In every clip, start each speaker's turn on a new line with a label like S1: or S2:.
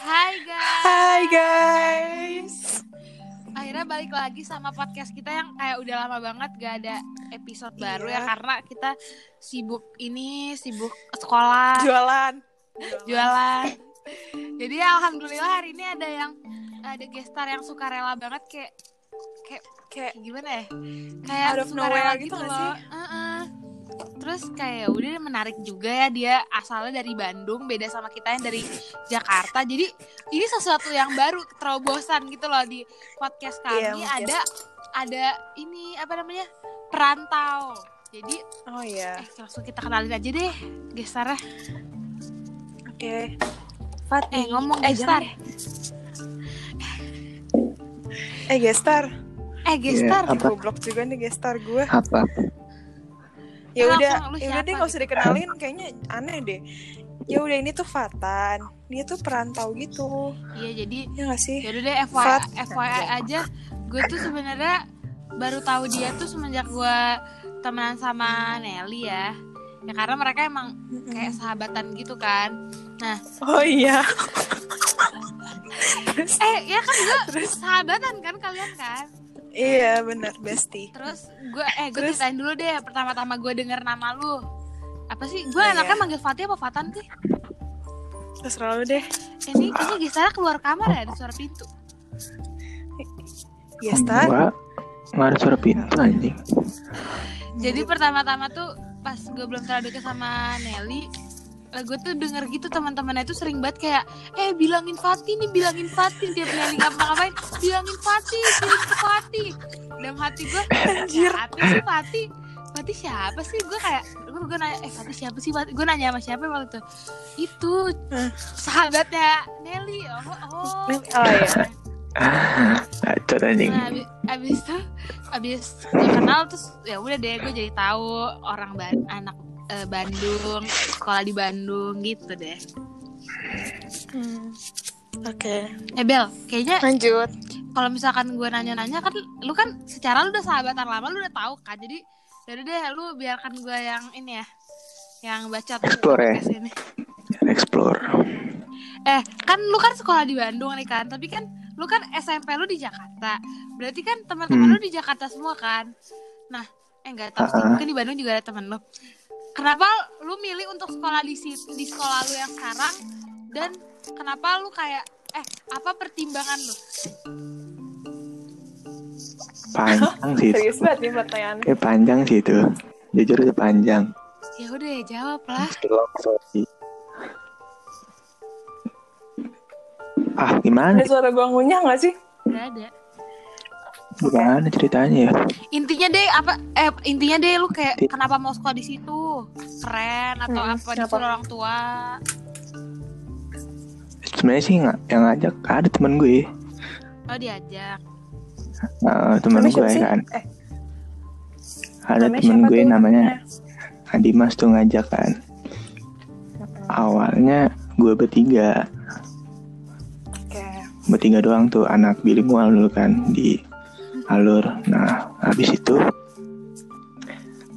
S1: Hai guys.
S2: Hai guys.
S1: Akhirnya balik lagi sama podcast kita yang kayak udah lama banget gak ada episode baru ya
S2: Iya.
S1: karena kita sibuk ini, sibuk sekolah,
S2: Jualan.
S1: jualan. Jadi alhamdulillah hari ini ada yang ada gestar yang sukarela banget kayak kayak
S2: Kayak
S1: kayak gimana ya kayak
S2: Out of
S1: sukarela
S2: nowhere
S1: gitu,
S2: gitu nggak
S1: loh Heeh. terus kayak ya udah menarik juga ya dia asalnya dari Bandung beda sama kita yang dari Jakarta jadi ini sesuatu yang baru terobosan gitu loh di podcast
S2: Iya,
S1: kami
S2: mungkin.
S1: ada ada ini apa namanya perantau jadi
S2: oh ya.
S1: eh langsung kita kenalin aja deh ya. gestarnya
S2: Oke.
S1: eh
S2: Fatih.
S1: ngomong
S2: Eh,
S1: gestar
S2: jangan Eh Gestar,
S1: eh gestar
S3: Iya, Apa?
S2: goblok juga nih Gestar gue.
S3: apa
S2: Ya
S1: Kenapa?
S2: udah,
S1: Lu
S2: ya
S1: siapa
S2: udah deh nggak usah dikenalin, kayaknya aneh deh. Ya udah ini tuh Fatan, dia tuh perantau gitu,
S1: iya jadi
S2: ya nggak sih?
S1: Yaudah deh FYI,
S2: Fat.
S1: FYI aja Gue tuh sebenarnya baru tahu dia tuh semenjak gue temenan sama Nelly ya Ya karena mereka emang
S2: Hmm.
S1: kayak sahabatan gitu kan
S2: Oh iya.
S1: Eh ya kan gue sahabatan kan kalian kan
S2: iya benar Besti.
S1: Terus gue eh gue
S2: Terus?
S1: ceritain dulu deh pertama-tama gue denger nama lu Apa sih gue
S2: Oh, iya.
S1: anaknya manggil Fatih apa Fatan sih
S2: Terus selalu deh.
S1: Eh, Ini kayaknya Gisela keluar kamar ya ada suara pintu
S2: Gestar.
S3: gua nggak ada suara pintu anjing
S1: Jadi pertama-tama tuh pas gue belum terlalu deket sama Nelly lah gue tuh denger gitu teman-temannya itu sering banget kayak eh bilangin Fatih nih bilangin Fatih dia Nelly nggak pernah ngapain bilangin Fatih kirim ke Fatih dalam hati gue
S2: Anjir.
S1: siapa sih Fatih Fatih siapa sih gue kayak gue gue nanya eh Fatih siapa sih Fatih gue nanya sama siapa waktu itu itu
S2: Hmm.
S1: sahabatnya Nelly oh oh
S2: Oh iya.
S3: kacau anjing
S1: Nah, abi- abis, itu abis gue kenal terus ya udah deh gue jadi tahu orang Ban- anak eh, Bandung sekolah di Bandung gitu deh.
S2: Hmm. Oke,
S1: Eh Bel, kayaknya
S2: lanjut.
S1: kalau misalkan gue nanya-nanya kan lu kan secara lu udah sahabatan lama lu udah tahu kan jadi jadi deh lu biarkan gue yang ini ya yang bacot
S3: Explore ya?
S1: podcast ini.
S3: explore
S1: Eh kan lu kan sekolah di Bandung nih kan tapi kan lu kan SMP lu di Jakarta berarti kan teman-teman
S3: Hmm.
S1: lu di Jakarta semua kan. Nah eh nggak tahu sih
S3: Ha-ha.
S1: mungkin di Bandung juga ada temen lu. kenapa lu milih untuk sekolah di situ di sekolah lu yang sekarang dan kenapa lu kayak eh apa pertimbangan lu
S3: panjang sih itu.
S2: Serius banget nih pertanyaan.
S3: eh panjang sih itu jujur itu panjang
S1: ya udah ya jawab lah
S3: filosofi ah gimana
S2: Ada suara gua ngunyah nggak sih?
S1: nggak ada
S3: gimana ceritanya ya
S1: intinya deh apa eh intinya deh lu kayak kenapa mau sekolah di situ keren atau
S2: Hmm,
S1: apa
S2: kenapa?
S1: disuruh orang tua
S3: sebenarnya sih nggak yang ngajak ada temen gue
S1: oh diajak
S3: Nah, temen
S2: Namanya
S3: gue
S2: siapa sih?
S3: kan
S2: Eh,
S3: ada
S2: namanya
S3: temen
S2: siapa
S3: gue
S2: tuh
S3: namanya Adimas tuh ngajak kan awalnya gue bertiga
S2: Oke.
S3: bertiga doang tuh anak bilingual dulu kan di alur nah habis itu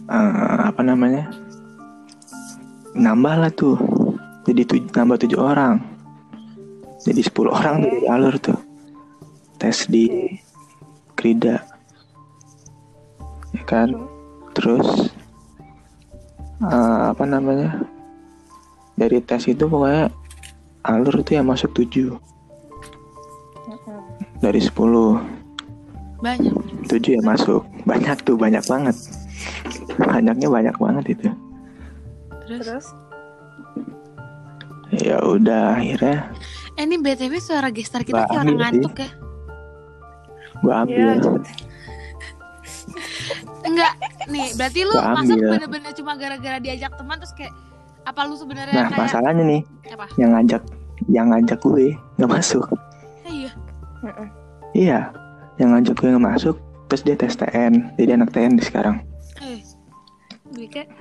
S3: eh, apa namanya nambah lah tuh jadi tuj- nambah tujuh orang jadi 10 orang tuh dari alur tuh tes di krida ya kan terus eh, apa namanya dari tes itu pokoknya alur tuh yang masuk tujuh dari 10
S1: banyak
S3: 7 yang masuk banyak tuh banyak banget banyaknya banyak banget itu
S1: terus
S2: Terus?
S3: ya udah akhirnya
S1: eh ini btw suara gestar kita kayak
S3: Wah,
S1: orang
S3: iya sih.
S1: ngantuk ya
S3: gue ambil
S2: Iya, cepet.
S1: enggak nih berarti lu
S3: Gua
S1: masuk
S3: ambil.
S1: bener-bener cuma gara-gara diajak teman terus kayak apa lu sebenarnya
S3: nah
S1: kayak
S3: masalahnya nih
S1: apa
S3: yang ngajak yang ngajak gue nggak masuk
S1: Eh, iya
S2: Mm-mm.
S3: iya yang ngajak gue nggak masuk terus dia tes TN jadi anak TN di sekarang
S1: Eh, gue kayak-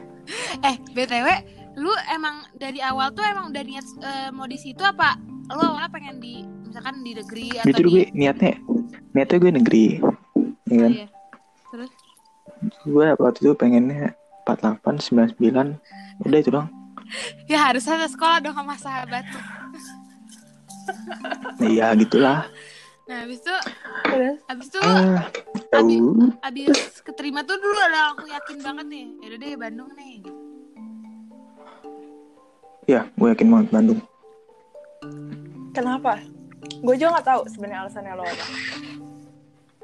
S1: eh btw, lu emang dari awal tuh emang udah niat eh, mau di situ apa? Lu awalnya pengen di misalkan di negeri atau
S3: jujur
S1: di
S3: gue niatnya niatnya gue negeri ya iya kan
S1: Iya.
S3: gue waktu itu pengennya 48 99 udah itu doang
S1: Ya harusnya ada sekolah dong sama sahabat.
S3: Iya gitulah.
S1: Nah, habis itu
S2: Terus?
S1: habis itu
S3: Ah,
S1: Abi.
S3: tahu.
S1: habis keterima tuh dulu ada aku yakin banget nih. Ya udah deh Bandung nih. gitu.
S3: Ya, gue yakin banget Bandung.
S2: Kenapa? Gue juga nggak tahu sebenarnya alasannya lo apa.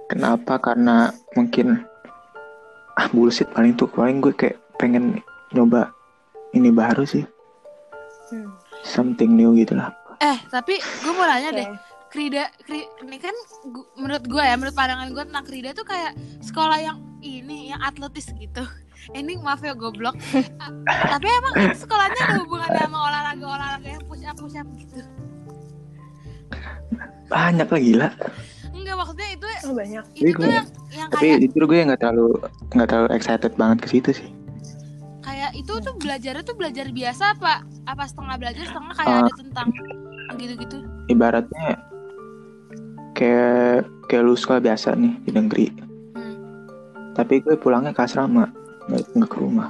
S3: Kenapa? Karena mungkin ah bullshit paling tuh paling gue kayak pengen nyoba ini baru sih,
S2: Hmm.
S3: something new gitu lah.
S1: Eh, tapi gue mau nanya deh.
S2: Oke.
S1: Krida, Kri- ini kan gu- menurut gue ya, menurut pandangan gue tentang Krida tuh kayak sekolah yang ini, yang atletis gitu. Ini maaf ya goblok. A- tapi emang sekolahnya ada hubungannya sama olahraga-olahraga yang push up, push up gitu.
S3: Banyak lah gila.
S1: Enggak maksudnya itu
S2: Oh, banyak.
S1: itu
S3: Iya,
S1: tuh
S3: gue-
S1: yang yang kayak
S3: Tapi jujur gue nggak terlalu nggak terlalu excited banget ke situ sih.
S1: kayak itu tuh belajarnya tuh belajar biasa apa apa setengah belajar setengah kayak
S3: Ah.
S1: ada tentang gitu-gitu.
S3: Ibaratnya kayak kayak lu sekolah biasa nih di negeri.
S1: Hmm.
S3: Tapi gue pulangnya ke asrama, nggak nggak ke rumah.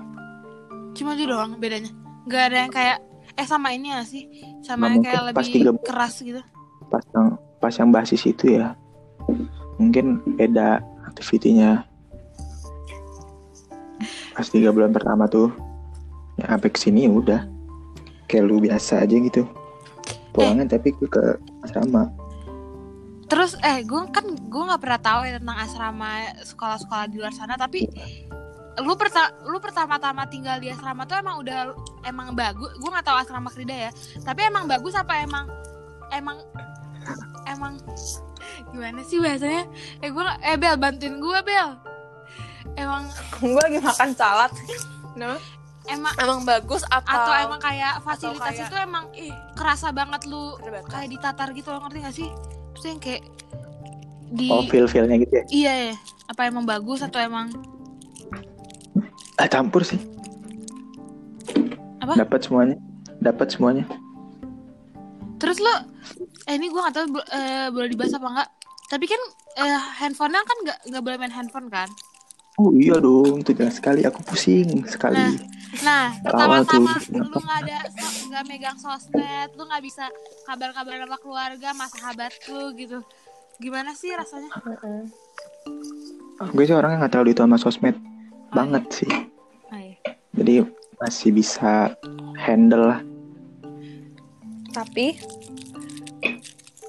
S1: Cuma itu doang bedanya. Enggak ada yang kayak eh sama ini ya sih, sama
S3: Nggak
S1: yang
S3: mungkin,
S1: kayak
S3: pas
S1: lebih
S3: tiga bulan.
S1: keras gitu.
S3: Pas yang pas yang basis itu ya, mungkin beda aktivitinya. Pas tiga bulan pertama tuh, ya sampai kesini udah kayak lu biasa aja gitu.
S1: Eh.
S3: Pulangnya tapi gue ke asrama.
S1: Terus eh gue kan gue nggak pernah tahu ya tentang asrama sekolah-sekolah di luar sana tapi lu perta lu pertama-tama tinggal di asrama tuh emang udah emang bagus gue nggak tahu asrama Krida ya tapi emang bagus apa emang emang emang gimana sih bahasanya eh gue eh Bel bantuin gue Bel emang
S2: Gue lagi makan salad. No.
S1: emang
S2: Emang bagus atau,
S1: atau emang kayak fasilitas
S2: kayak-
S1: itu emang ih, kerasa banget lu
S2: Terbatas.
S1: kayak ditatar gitu lo ngerti gak sih maksudnya yang kayak di
S3: Oh feel feelnya gitu ya.
S1: Iya ya. Apa emang bagus atau emang
S3: Ah, campur sih.
S1: Apa?
S3: Dapat semuanya. Dapat semuanya.
S1: terus lo eh ini gue gak tahu bo- eh, boleh dibahas apa enggak. Tapi kan eh, handphonenya kan nggak nggak boleh main handphone kan.
S3: Oh iya dong, itu jelas sekali. Aku pusing sekali.
S1: Nah, Nah
S3: Awal
S1: pertama-tama
S3: tuh.
S1: lu nggak ada so- nggak megang sosmed, lu nggak bisa kabar-kabar sama keluarga, sama sahabat lu gitu. Gimana sih rasanya?
S2: Mm-mm.
S3: Gue sih orangnya nggak terlalu itu sama
S1: Oh,
S3: sosmed
S1: iya.
S3: banget sih.
S1: Ay.
S3: Jadi masih bisa handle lah.
S2: Tapi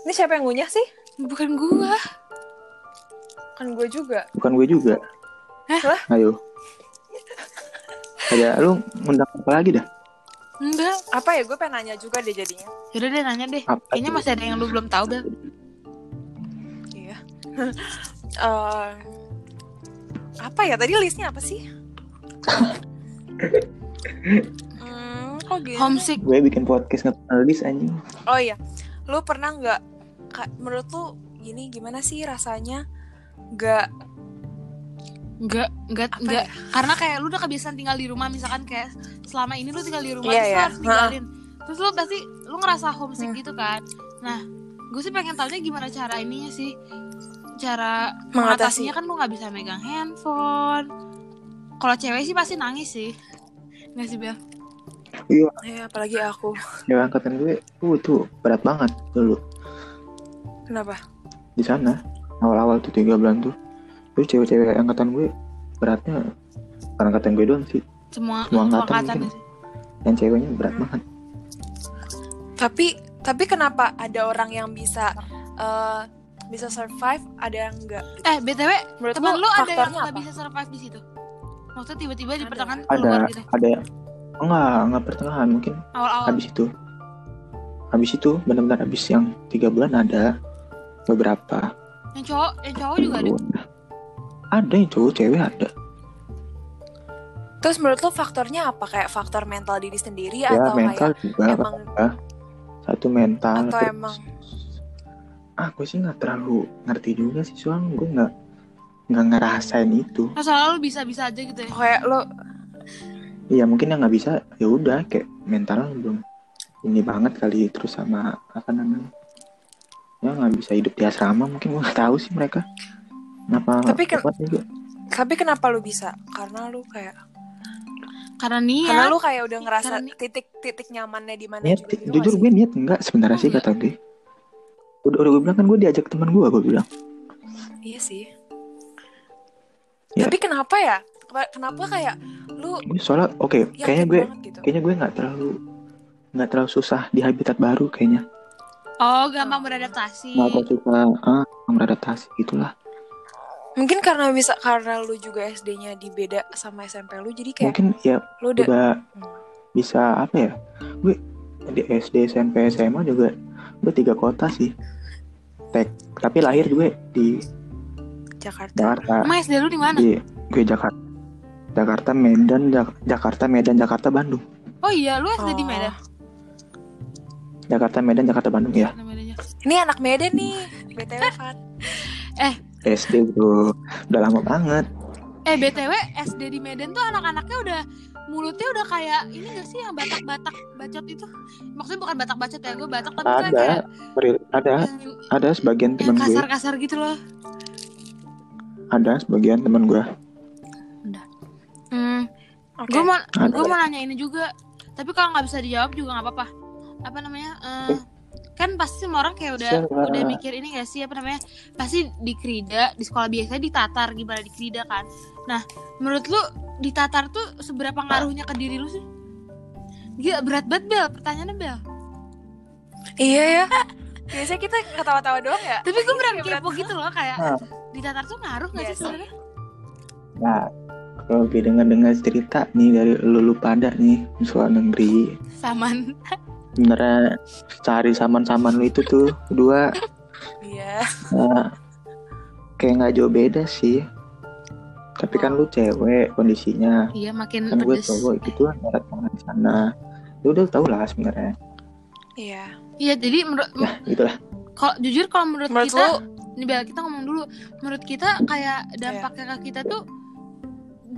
S2: ini siapa yang ngunyah sih?
S1: Bukan gua.
S2: Kan gue juga.
S3: Bukan gue juga.
S2: Hah?
S3: Ayo. Ada lu ngundang apa lagi dah?
S1: Enggak.
S2: Apa ya? Gue pengen nanya juga deh jadinya.
S1: Yaudah deh nanya deh.
S3: Apa
S1: Kayaknya
S3: tuh?
S1: masih ada yang lu belum tahu Bel.
S2: Iya. Eh, apa ya? Tadi listnya apa sih? hmm, kok gini?
S1: Homesick.
S3: Gue bikin podcast nge-list anjing.
S2: Oh iya, lu pernah nggak? ka- Menurut lu gini gimana sih rasanya? Gak
S1: Enggak, enggak,
S2: Apa ya?
S1: enggak. Karena kayak lu udah kebiasaan tinggal di rumah misalkan kayak selama ini lu tinggal di rumah
S2: Iya,
S1: terus lu
S2: iya.
S1: harus tinggalin. Terus lu pasti lu ngerasa homesick gitu kan. Nah, gue sih pengen taunya gimana cara ininya sih. Cara
S2: Mengatasi.
S1: mengatasinya kan lu nggak bisa megang handphone. Kalau cewek sih pasti nangis sih. Nggak sih, Bel?
S3: Iya,
S2: eh, apalagi aku.
S3: ya angkatan gue. Uh, tuh berat banget dulu
S2: Kenapa?
S3: di sana. Awal-awal tuh tiga bulan tuh. Terus cewek-cewek angkatan gue beratnya bukan angkatan gue doang sih.
S1: Semua
S3: Semua angkatan
S1: angkatan
S3: mungkin. Dan ceweknya berat banget.
S2: Tapi tapi kenapa ada orang yang bisa eh, bisa survive, ada yang enggak?
S1: Eh, BTW,
S2: Menurut
S1: teman
S2: lu
S1: lu ada yang
S2: faktornya
S1: nggak
S2: apa?
S1: bisa survive di situ? Maksudnya tiba-tiba di
S2: Ada.
S1: pertengahan keluar
S3: Ada
S1: gitu. Oh.
S3: ada enggak enggak pertengahan mungkin
S1: Awal-awal.
S3: habis itu habis itu benar-benar habis yang tiga bulan ada beberapa
S1: Yang cowok, yang cowok juga ada.
S3: Belum. Iya. ada yang cowok cewek ada
S2: Terus menurut lu faktornya apa? Kayak faktor mental diri sendiri
S3: ya
S2: atau
S3: mental
S2: kayak
S3: juga
S2: emang
S3: satu mental
S2: atau
S3: terus-
S2: emang
S3: ah gue sih nggak terlalu ngerti juga sih soalnya gue nggak nggak ngerasain itu
S1: Nah, soalnya lu bisa-bisa aja gitu ya.
S2: kayak lu
S3: ya mungkin yang nggak bisa ya udah kayak mentalnya belum ini banget kali terus sama apa namanya ya nggak bisa hidup di asrama mungkin gue nggak tahu sih mereka kenapa
S2: Tapi kan-
S3: kuat juga.
S2: tapi kenapa lu bisa? Karena lu kayak
S1: Karena niat.
S2: karena lu kayak udah ngerasa
S1: Iya Karena-
S2: titik titik nyamannya di mana
S3: niat
S2: juga gitu
S3: Iya, jujur
S2: nggak sih?
S3: gue niat enggak sebenarnya
S1: Oh,
S3: sih
S1: enggak.
S3: kata gue udah udah gue bilang kan gue diajak teman gue gue bilang
S2: Iya sih.
S3: Ya.
S2: Tapi kenapa ya? Kenapa- Kenapa kayak lu
S3: Ini soalnya oke
S2: yakin
S3: kayaknya gue
S2: banget gitu?
S3: kayaknya gue nggak terlalu nggak terlalu susah di habitat baru kayaknya
S1: Oh, gampang beradaptasi.
S3: nggak terlalu suka ah beradaptasi gitulah
S2: Mungkin karena bisa karena lu juga SD-nya di beda sama SMP lu jadi kayak
S3: mungkin ya
S2: lu udah
S3: juga bisa apa ya gue di SD SMP SMA juga gue tiga kota sih Tek, tapi lahir gue di
S2: Jakarta.
S3: Jakarta
S1: Emang SD lu di mana?
S3: di gue Jakarta Jakarta Medan Jak- Jakarta Medan Jakarta Bandung
S1: Oh iya, lu SD di
S2: Oh.
S3: Ah.
S1: Medan.
S3: Jakarta Medan Jakarta Bandung ya
S1: namanya.
S2: Ini anak Medan nih, BTW Fat.
S3: SD bro udah lama banget
S1: Eh BTW SD di Medan tuh anak-anaknya udah mulutnya udah kayak ini gak sih yang batak-batak bacot itu? Maksudnya bukan batak bacot ya, gue batak tapi kan
S3: Ada.
S1: kayak
S3: Real- ada
S1: yang,
S3: ada sebagian
S1: yang
S3: teman gue
S1: kasar-kasar gitu loh.
S3: ada sebagian teman gue
S1: Hmm,
S2: Oke.
S1: gue mau
S3: Ada.
S1: gue mau nanya ini juga. Tapi kalau nggak bisa dijawab juga nggak apa-apa. Apa namanya? eh, kan pasti semua orang kayak udah
S3: Siapa?
S1: udah mikir ini gak sih apa namanya? Pasti di Krida, di sekolah biasa di Tatar gimana di Krida kan. Nah, menurut lu di Tatar tuh seberapa ngaruhnya ke diri lu sih? Gila berat banget Bel, pertanyaannya Bel.
S2: Iya ya. Biasanya kita ketawa-tawa doang ya.
S1: Tapi gue beneran
S2: Kayak berat Iya,
S1: kepo gitu loh kayak
S3: Nah.
S1: di Tatar tuh ngaruh gak sih
S2: Biasa.
S1: sebenarnya?
S3: nah kalau gue dengar dengar cerita nih dari lulu pada nih soal negeri
S1: Saman.
S3: sebenarnya cari saman-saman lu itu tuh dua
S2: Iya.
S3: eh, kayak nggak jauh beda sih tapi kan lu cewek kondisinya
S1: Iya makin
S3: kan gue
S1: pedes.
S3: cowok gitu kan ada teman di sana lu udah tau lah sebenarnya
S2: Iya.
S1: Iya jadi menurut
S3: nah gitulah
S1: kalau jujur kalau menurut,
S2: Menurut
S1: kita
S2: lu
S1: nih Bel kita ngomong dulu menurut kita kayak dampaknya ke kita tuh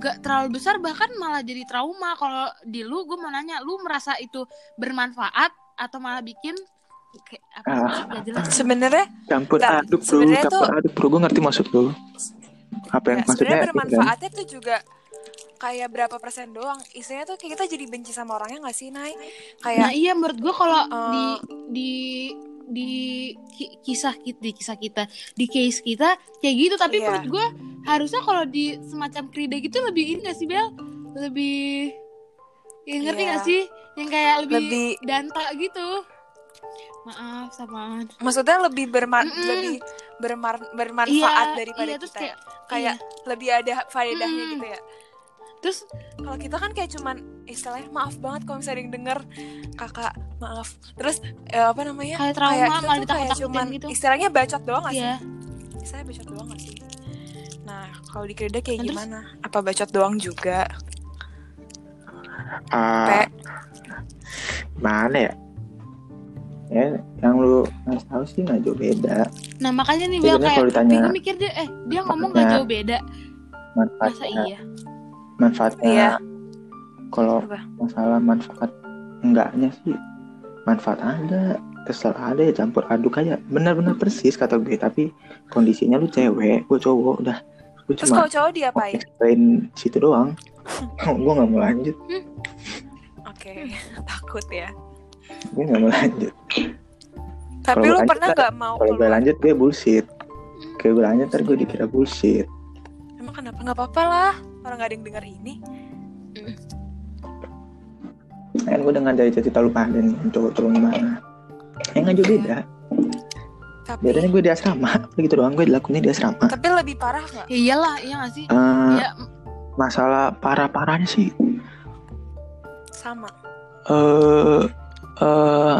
S1: gak terlalu besar bahkan malah jadi trauma kalau di lu gue mau nanya lu merasa itu bermanfaat atau malah bikin kayak apa sih, gak jelas
S2: sebenarnya
S3: campur
S2: Nah,
S3: aduk Ya, bro
S2: sebenarnya
S3: campur aduk bro gue ngerti maksud lu apa yang
S2: ya,
S3: maksudnya
S2: sebenarnya
S3: itu kan?
S2: bermanfaatnya tuh juga kayak berapa persen doang. Isinya tuh kayak kita jadi benci sama orangnya nggak sih, Nay? Kayak
S1: nah iya menurut gue kalau
S2: Eh.
S1: di di di ki- kisah kita di kisah kita di case kita kayak gitu tapi
S2: Iya.
S1: menurut gue harusnya kalau di semacam krida gitu lebih ini gak sih Bel lebih ya, ngerti
S2: Iya.
S1: gak sih yang kayak lebih,
S2: Lebih-
S1: danta gitu maaf samaan
S2: maksudnya lebih berman
S1: Mm-mm.
S2: lebih bermar- bermanfaat daripada
S1: iya,
S2: kita
S1: terus
S2: ya.
S1: kayak
S2: kayak lebih ada faedahnya
S1: Mm-mm.
S2: gitu ya
S1: terus
S2: kalau kita kan kayak cuman istilahnya maaf banget kalau misalnya ada yang denger kakak maaf terus eh, apa namanya
S1: kayak
S2: kayak
S1: trauma
S2: kita
S1: malah
S2: tuh kayak
S1: ditakut-takutin
S2: cuman
S1: gitu
S2: istilahnya bacot doang gak sih
S1: Iya.
S2: istilahnya bacot doang gak sih nah kalau di kerja kayak
S1: Nah, terus-
S2: gimana apa bacot doang juga
S3: Ah,
S2: Pe-
S3: mana ya ya yang lu ngasih tahu sih nggak jauh beda
S1: nah makanya nih Bel
S3: sebenarnya
S1: kayak
S3: kalau ditanya
S1: gue mikir dia eh dia ngomong gak
S3: Makanya-
S1: jauh beda masa
S3: manfaatnya
S1: iya
S3: manfaatnya
S2: Iya.
S3: kalau
S2: Apa?
S3: masalah manfaat enggaknya sih manfaat ada kesel ada ya campur aduk aja benar-benar persis kata gue tapi kondisinya lu cewek gue cowok udah gue
S2: terus
S3: cuma
S2: kalau ya? cowok diapain
S3: explain situ doang gue nggak mau lanjut
S2: oke takut ya
S3: gue nggak mau lanjut
S2: tapi
S3: Kalau
S2: lu
S3: lanjut,
S2: pernah
S3: Kak.
S2: nggak mau
S3: kalau gue
S2: keluar?
S3: lanjut gue bullshit kalau gue lanjut ntar gue dikira bullshit
S2: emang kenapa nggak apa-apa lah orang gak ada yang denger ini
S3: kan gue dengar dari cerita lu pada nih cowok-cowok gimana yang aja Ya, beda
S2: tapi
S3: bedanya gue di asrama gitu doang gue dilakuinnya di asrama
S2: tapi lebih parah nggak
S1: ya iyalah iya gak sih
S3: Eh,
S1: ya
S3: masalah parah-parahnya sih
S2: sama
S3: eh eh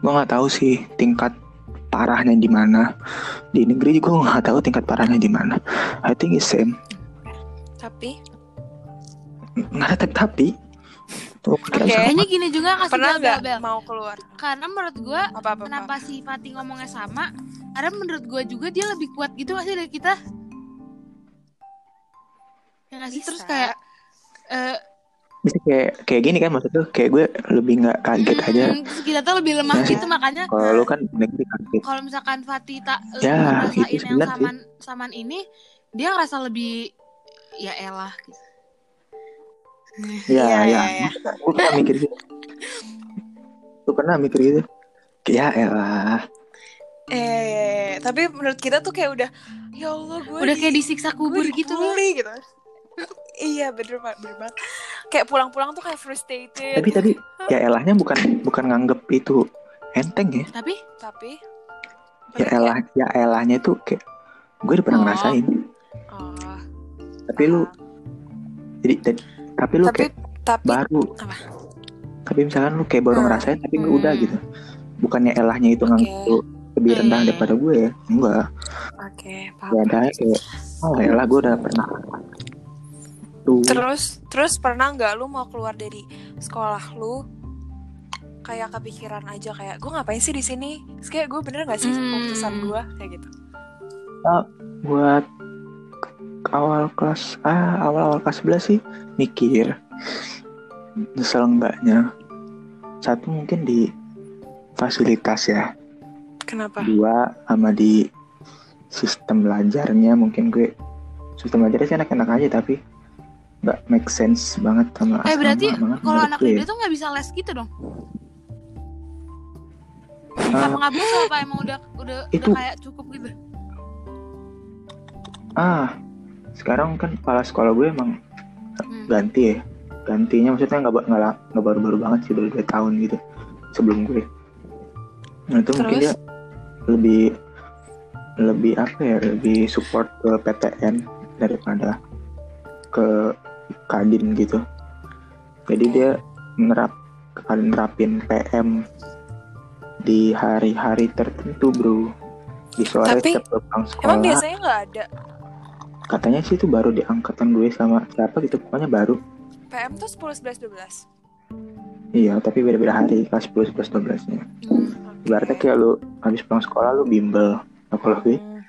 S3: gue nggak tahu sih tingkat parahnya di mana di negeri juga gue nggak tahu tingkat parahnya di mana I think it's same
S2: tapi
S3: nggak ada tapi tuh kira
S2: Oke.
S3: sama.
S1: kayaknya gini juga kasih
S2: pernah
S1: Bel, Bel,
S2: nggak
S1: Bel.
S2: mau keluar
S1: karena menurut gue
S2: apa apa
S1: kenapa si Fatih ngomongnya sama karena menurut gue juga dia lebih kuat gitu gak sih dari kita yang ngasih
S2: Bisa.
S1: terus kayak eh
S3: bisa kayak kayak gini kan maksud tuh kayak gue lebih nggak kaget aja
S1: hmm, terus kita tuh lebih lemah
S3: Iya.
S1: gitu makanya
S3: kalau lu kan negeri kaget
S1: kalau misalkan Fatih tak
S3: Ya,
S1: ngerasain
S3: itu
S1: yang
S3: benar sih.
S1: saman saman ini dia ngerasa lebih ya elah
S3: ya
S2: Iya,
S3: ya,
S2: iya, iya.
S3: gue pernah mikir gitu gue pernah mikir gitu ya elah
S2: eh tapi menurut kita tuh kayak udah ya Allah gue
S1: Udah
S2: di-
S1: kayak disiksa kubur
S2: gue
S1: gitu loh.
S2: dibully gitu. iya bener banget, bener banget. Kayak pulang-pulang tuh kayak frustrated.
S3: Tapi tadi ya elahnya bukan bukan nganggep itu enteng ya.
S1: Tapi
S2: Tapi
S3: Ya elah ya elahnya itu kayak gue udah pernah
S1: Oh.
S3: ngerasain.
S2: Oh,
S3: Tapi lu jadi jadi- tapi lu
S2: tapi
S3: kayak
S2: tapi
S3: baru.
S2: Apa?
S3: Tapi misalkan lu kayak baru
S2: Hmm.
S3: ngerasain tapi gue udah
S1: Hmm.
S3: gitu. Bukannya elahnya itu nganggep
S2: Oke.
S3: lu lebih rendah
S1: Hmm.
S3: daripada gue ya. Enggak.
S2: oke,
S3: Ya
S2: paham.
S3: ada kayak oh elah gue udah pernah. Tuh.
S2: Terus terus pernah nggak lu mau keluar dari sekolah lu kayak kepikiran aja kayak gue ngapain sih di sini? Terus kayak gue bener nggak sih
S1: Hmm.
S2: keputusan gue kayak gitu.
S3: buat ke- awal kelas A, awal-awal kelas 11 sih mikir nyesel enggaknya. Satu mungkin di fasilitas ya.
S2: Kenapa?
S3: Dua sama di sistem belajarnya mungkin gue sistem belajarnya sih enak-enak aja tapi nggak make sense banget sama
S1: eh
S3: asrama
S1: berarti
S3: banget
S1: kalau
S3: menurut
S1: anak
S3: gue.
S1: muda tuh nggak bisa les gitu dong. Apa nggak bisa apa emang udah udah
S3: Ah. Itu-
S1: udah kayak cukup gitu.
S3: ah sekarang kan kepala sekolah gue emang
S1: Hmm.
S3: ganti ya gantinya maksudnya nggak ba- nggak la- nggak baru-baru banget sih udah dua tahun gitu sebelum gue nah itu mungkin
S2: Terus?
S3: dia lebih lebih apa ya lebih support ke PTN daripada ke kadin gitu jadi dia menerap kadin nerapin PM di hari-hari tertentu bro di sore
S2: Tapi,
S3: setiap gue pulang sekolah
S1: Oh.
S2: Emang biasanya nggak ada
S3: katanya sih itu baru di angkatan gue sama siapa gitu pokoknya baru
S2: PM tuh 10, 11, 12
S3: Iya, tapi beda-beda hari, kelas 10, 11, 12 nya
S1: Hmm.
S3: Ibaratnya kayak lu habis pulang sekolah lu bimbel Nah, kalau gue
S2: Hmm.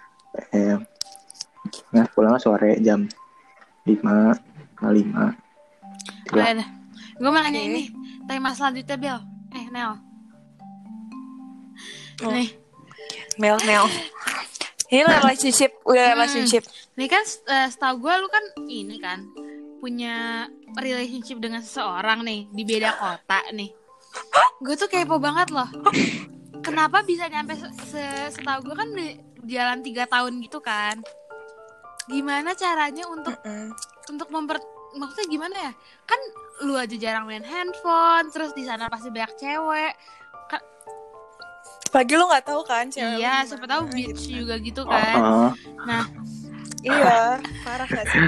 S3: PM Nah, pulangnya sore jam 5, setengah 5
S1: Oh,
S3: Lah.
S1: ya udah. Gue mau nanya
S2: Oke.
S1: ini tema selanjutnya Bel. Eh Nel.
S2: Oh.
S1: Nih,
S2: Mel, Mel. Ini relationship, udah
S1: Hmm.
S2: relationship.
S1: nih kan eh, setahu gue lu kan ini kan punya relationship dengan seseorang nih di beda kota nih. Gue tuh kepo banget loh. Kenapa bisa nyampe se- se- setahu gue kan di- jalan tiga tahun gitu kan? Gimana caranya untuk
S2: Mm-mm.
S1: untuk memper maksudnya gimana ya kan lu aja jarang main handphone terus di sana pasti banyak cewek
S2: Pagi lu nggak tahu kan cewek lu
S1: iya
S2: gimana
S1: siapa
S3: Nah,
S1: tahu
S2: gitu
S1: bitch
S2: kan.
S1: juga gitu kan
S3: Oh,
S2: Iya, parah gak sih?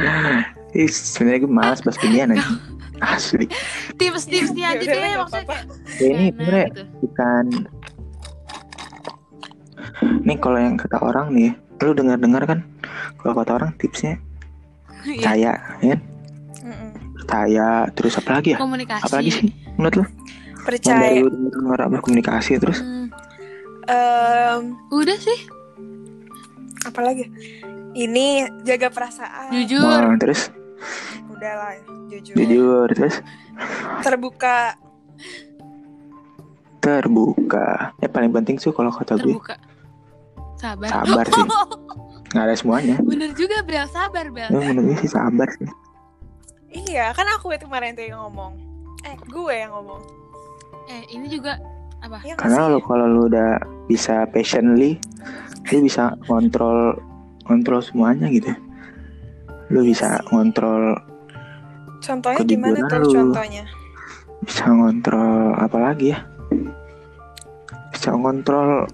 S3: Ih, sebenarnya gue malas bahas ginian aja Asli
S1: tips tipsnya aja
S2: Yaudah,
S1: deh
S2: nggak
S1: maksudnya
S2: apa-apa.
S3: Ya ini
S1: gimana
S3: sebenarnya
S1: gitu.
S3: bukan Nih kalau yang kata orang nih Lu dengar-dengar kan Kalau kata orang tipsnya
S1: Iya,
S3: Percaya, ya kan?
S2: Mm-mm.
S3: Percaya, terus apa lagi ya?
S1: komunikasi
S3: Apa lagi sih menurut lu? Yang
S2: Percaya.
S3: dari lu dengar berkomunikasi terus
S1: Hmm,
S2: Em,
S1: udah sih
S2: apa lagi? Ini jaga perasaan.
S1: jujur
S3: Nah, terus
S2: Udah lah, jujur.
S3: jujur terus
S2: Terbuka.
S3: terbuka ya paling penting sih kalau kata gue
S1: terbuka sabar
S3: Sabar sih. nggak ada semuanya
S1: bener juga bel sabar bel
S3: ya, menurut gue sih sabar sih
S2: Iya, kan aku itu kemarin tuh yang ngomong. Eh, gue yang ngomong.
S1: eh ini juga
S2: Iya nggak
S3: karena
S2: sih?
S3: lo kalau lo udah bisa passionly lo bisa kontrol kontrol semuanya gitu lo bisa kontrol
S2: Contohnya gimana
S3: kejujuran
S2: tuh
S3: lu.
S2: contohnya?
S3: bisa ngontrol apa lagi ya bisa ngontrol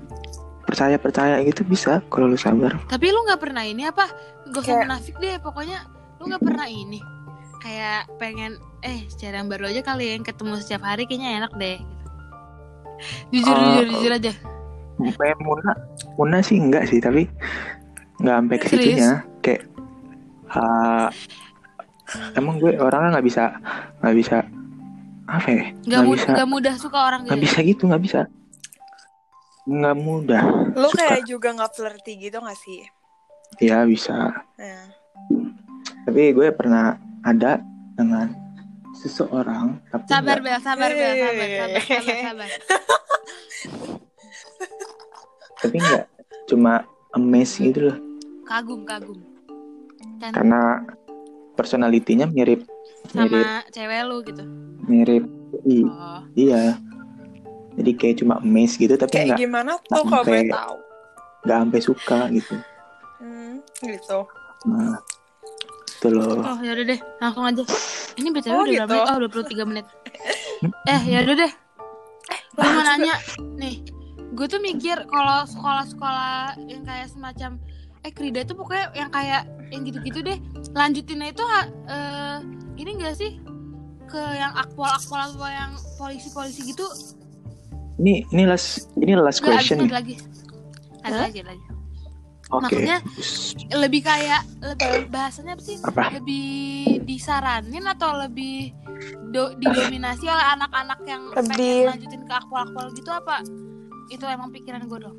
S3: percaya percaya gitu bisa kalau lo sabar
S1: tapi lu nggak pernah ini apa gak usah
S2: Kayak-
S1: menafik deh pokoknya lu nggak pernah ini kayak pengen eh secara yang baru aja kali ya, yang ketemu setiap hari kayaknya enak deh gitu. jujur
S3: Eh,
S1: jujur jujur aja
S3: Kayak Muna, Muna sih enggak sih, tapi nggak sampai ke
S1: Serius?
S3: situnya. Kayak ah, emang gue orangnya nggak bisa, nggak bisa apa ya?
S1: nggak
S3: Nggak
S1: mudah
S3: bisa,
S1: nggak mudah suka orang
S3: nggak
S1: gitu
S3: bisa gitu, nggak bisa, nggak mudah.
S2: Lu
S3: Suka.
S2: kayak juga nggak flirty gitu gak sih?
S3: Ya bisa.
S2: Nah.
S3: Tapi gue pernah ada dengan seseorang, tapi
S1: sabar
S2: Iya.
S3: nggak-
S1: bel sabar bel sabar sabar sabar, sabar.
S3: tapi nggak cuma amazed gitu loh,
S1: kagum kagum kan
S3: karena personalitinya mirip, mirip,
S1: sama cewek lu gitu
S3: mirip. I,
S1: oh
S3: Iya. Jadi kayak cuma amazed gitu tapi
S2: Kayak
S3: enggak
S1: gitu.
S2: gimana tuh kalau boleh
S3: sampai-
S2: tahu?
S3: nggak sampai suka gitu
S2: Hmm, gitu.
S3: nah itu loh
S1: Oh, yaudah deh. Langsung aja. Ini BTW
S2: Oh,
S1: udah
S2: gitu.
S1: berapa menit? Oh, 23 menit. eh, yaudah deh. Gue mau nanya. Nih, gue tuh mikir kalau sekolah-sekolah yang kayak semacam... Eh, Krida tuh pokoknya yang kayak... Yang gitu-gitu deh. Lanjutinnya itu... ha- eh, ini gak sih? Ke yang akpol-akpol atau yang polisi-polisi gitu.
S3: ini ini last ini
S1: Nggak, abis
S3: last
S1: itu
S3: question
S1: ada lagi. Ada
S2: Hah?
S1: lagi, ada lagi.
S3: oke
S1: maksudnya- Lebih kayak... Lebih, bahasanya apa sih?
S3: apa
S1: lebih disaranin atau lebih do- didominasi oleh anak-anak yang pengen
S2: Lebih-
S1: lanjutin ke akpol-akpol gitu apa? Itu emang pikiran gue dong.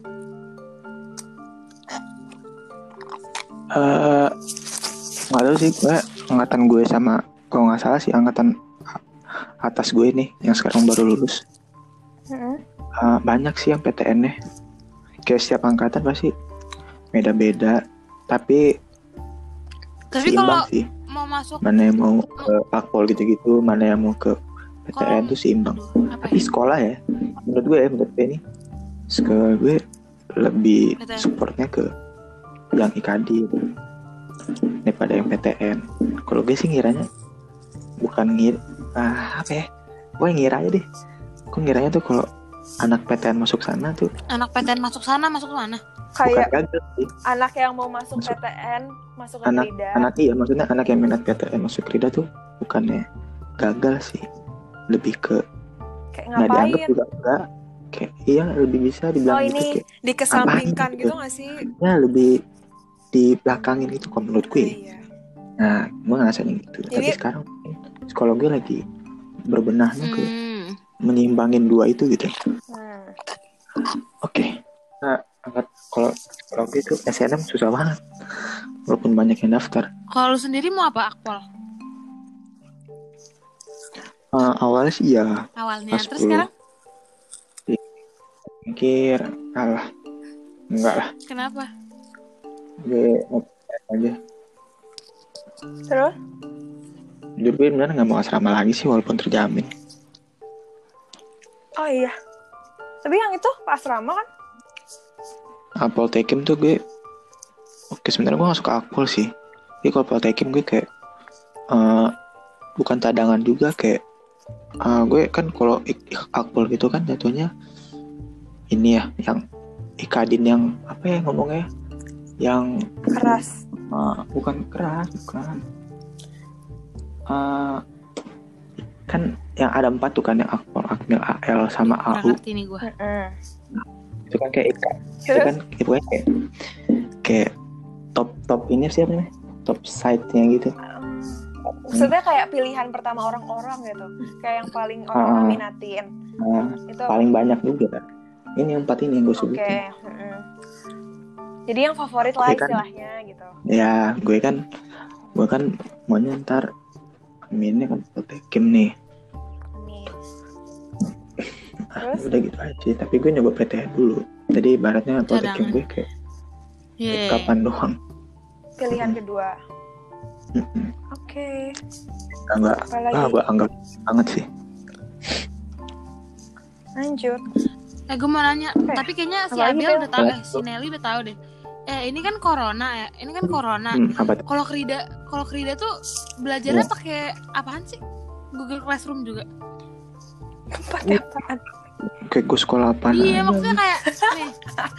S3: Eh, nggak tahu sih gue angkatan gue sama kalau nggak salah sih angkatan a- atas gue nih yang sekarang baru lulus
S2: Hmm.
S3: Eh, banyak sih yang PTN nya kayak setiap angkatan pasti beda-beda tapi
S1: Tapi
S3: seimbang
S1: kalau
S3: sih
S1: mau masuk
S3: mana yang mau ke akpol gitu-gitu mana yang mau ke PTN
S1: Kalau-
S3: tuh seimbang
S1: Aduh, apa
S3: tapi
S1: ya?
S3: sekolah ya menurut gue ya menurut gue ini sekolah gue lebih
S1: PTN.
S3: supportnya ke yang IKD daripada yang PTN kalau gue sih ngiranya bukan ngir ah, apa ya gue ngira aja deh gue ngiranya tuh kalau anak PTN masuk sana tuh
S1: Anak PTN masuk sana masuk mana?
S3: bukan
S2: Kayak
S3: gagal sih
S2: anak yang mau masuk
S3: Masuk.
S2: PTN, masuk ke
S3: Anak-
S2: Krida.
S3: anak iya maksudnya anak yang minat PTN masuk Krida tuh bukannya gagal sih lebih ke
S2: Kayak
S3: nggak dianggap
S2: ngapain?
S3: juga enggak kayak iya lebih bisa dibilang
S2: Oh,
S3: gitu
S2: ini
S3: kayak
S2: Dikesampingkan
S3: Ngapain
S2: gitu
S3: gitu?
S2: gak sih?
S3: ya lebih di belakangin gitu kalau menurut gue
S2: Iya.
S3: nah gue ngerasanya gitu tapi
S2: Jadi-
S3: sekarang mungkin sekolah gue lagi berbenahnya ke
S1: Hmm.
S3: menyimbangin dua itu gitu
S2: Hmm.
S3: oke nah angkat kalau kalau gue itu SNM susah banget walaupun banyak yang daftar
S1: Kalau lu sendiri mau apa akpol
S3: Eh, awalnya sih ya
S1: awalnya?
S3: pas
S1: Terus
S3: dulu. Iya.
S1: sekarang
S3: mikir alah enggak lah
S1: kenapa?
S3: gue mau PTN aja
S2: Terus?
S3: jujur gue bener nggak mau asrama lagi sih walaupun terjamin
S2: Oh iya. Tapi yang itu pas asrama kan?
S3: Apol Tekim tuh gue Oke sebenarnya gue gak suka Akpol sih Tapi kalau Apol Tekim gue kayak eh, Bukan cadangan juga kayak eh, Gue kan kalau ik- ik- Akpol gitu kan jatuhnya Ini ya yang Ikadin yang apa ya ngomongnya Yang
S2: Keras.
S3: eh, bukan keras bukan Eh, Kan yang ada empat tuh kan yang Akpol, Akmil, AL sama
S1: Kurang
S3: AU
S1: ngerti nih gue.
S2: Heeh.
S3: Itu kan kayak ik- itu
S2: Terus?
S3: kan ya pokoknya kayak kayak top top ini siapa namanya top site-nya gitu
S2: Hmm. Maksudnya kayak pilihan pertama orang-orang gitu. Kayak yang paling orang-orang
S3: Ah.
S2: minatin.
S3: Nah,
S2: Itu
S3: paling banyak juga ini yang empat ini yang gue
S2: Oke.
S3: sebutin
S2: heeh. Jadi yang favorit lah
S3: Iya kan?
S2: istilahnya gitu.
S3: ya gue kan gue kan maunya ntar aminnya kan PTKIM nih
S2: Amin.
S3: ah,
S2: Terus?
S3: udah gitu aja tapi gue nyoba PTN dulu jadi ibaratnya PTKIM
S1: Cadangan.
S3: gue kayak
S1: Yeay.
S3: kapan doang
S2: Pilihan kedua.
S3: Mm-mm.
S2: Oke.
S3: nggak
S2: Apa
S3: ah
S2: lagi?
S3: gue anggap banget sih
S2: Lanjut.
S1: Eh gue mau nanya,
S2: Apa ya?
S1: tapi kayaknya si
S2: Apa lagi,
S1: Abil
S2: Bel?
S1: udah tahu, eh, si Nelly udah tahu deh. Eh ini kan corona ya, ini kan corona.
S3: hmm, apa tuh?
S1: Kalau Krida, kalau Krida tuh belajarnya
S3: Oh.
S1: pakai apaan sih? Google Classroom juga.
S2: Pakai
S3: Iya.
S2: apaan?
S3: kayak gue sekolah apa
S1: iya, maksudnya kayak nih,